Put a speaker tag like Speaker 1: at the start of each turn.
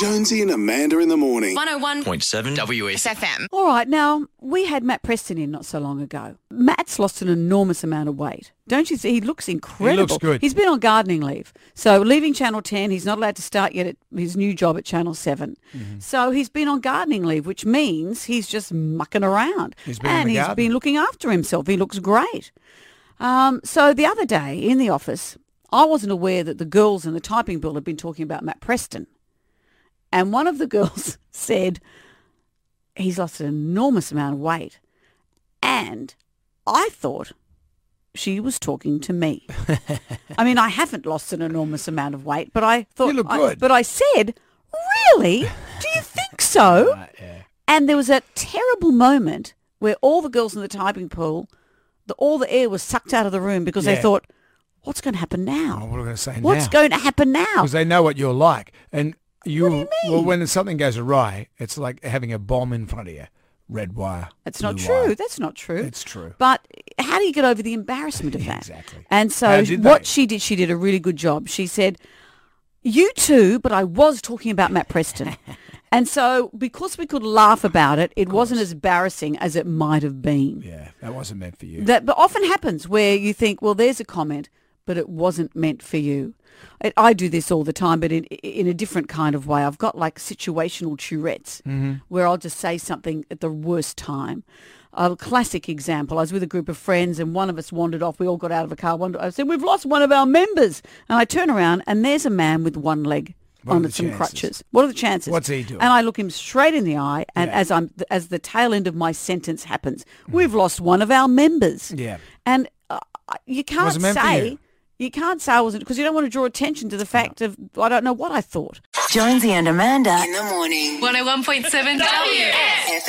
Speaker 1: Jonesy and Amanda in the morning.
Speaker 2: 101
Speaker 3: 101.7 WEC.
Speaker 2: FM.
Speaker 4: All right, now we had Matt Preston in not so long ago. Matt's lost an enormous amount of weight. Don't you see? He looks incredible.
Speaker 5: good.
Speaker 4: He's been on gardening leave. So leaving Channel 10, he's not allowed to start yet at his new job at Channel 7. So he's been on gardening leave, which means he's just mucking around.
Speaker 5: He's been in
Speaker 4: and
Speaker 5: the
Speaker 4: he's
Speaker 5: garden.
Speaker 4: been looking after himself. He looks great. Um, so the other day in the office, I wasn't aware that the girls in the typing bill had been talking about Matt Preston. And one of the girls said, he's lost an enormous amount of weight. And I thought she was talking to me. I mean, I haven't lost an enormous amount of weight, but I thought,
Speaker 5: You look
Speaker 4: I-
Speaker 5: good.
Speaker 4: but I said, really? Do you think so? And there was a terrible moment where all the girls in the typing pool, the, all the air was sucked out of the room because they
Speaker 5: Yeah.
Speaker 4: thought, what's going to happen now?
Speaker 5: Oh, what are we going to say
Speaker 4: what's
Speaker 5: now?
Speaker 4: going to happen now?
Speaker 5: Because they know what you're like, and you,
Speaker 4: What do you
Speaker 5: well,
Speaker 4: mean?
Speaker 5: when something goes awry, it's like having a bomb in front of you. Red wire.
Speaker 4: That's not
Speaker 5: blue
Speaker 4: true.
Speaker 5: wire.
Speaker 4: That's not true.
Speaker 5: It's true.
Speaker 4: But how do you get over the embarrassment of that?
Speaker 5: Exactly.
Speaker 4: And so
Speaker 5: How did
Speaker 4: what
Speaker 5: they?
Speaker 4: she did, she did a really good job. She said, "You too," but I was talking about Matt Preston. and so because we could laugh about it, it wasn't as embarrassing as it might have been.
Speaker 5: Yeah, that wasn't meant for you.
Speaker 4: That but often happens where you think, well, there's a comment, but it wasn't meant for you. I, I do this all the time, but in, in a different kind of way. I've got like situational Tourette's
Speaker 5: Mm-hmm.
Speaker 4: where I'll just say something at the worst time. A classic example, I was with a group of friends and one of us wandered off. We all got out of a car. One, I said, we've lost one of our members. And I turn around and there's a man with one leg
Speaker 5: What are
Speaker 4: on
Speaker 5: the
Speaker 4: some
Speaker 5: chances?
Speaker 4: crutches. What are the chances?
Speaker 5: What's he doing?
Speaker 4: And I look him straight in the eye, and as I'm as the tail end of my sentence happens, we've lost one of our members.
Speaker 5: Hmm. Yeah.
Speaker 4: and uh, you can't
Speaker 5: Wasn't meant for
Speaker 4: say.
Speaker 5: you.
Speaker 4: You can't say I wasn't because you don't want to draw attention to the fact of I don't know what I thought.
Speaker 6: Jonesy and Amanda.
Speaker 2: Morning. 101.7 WFM.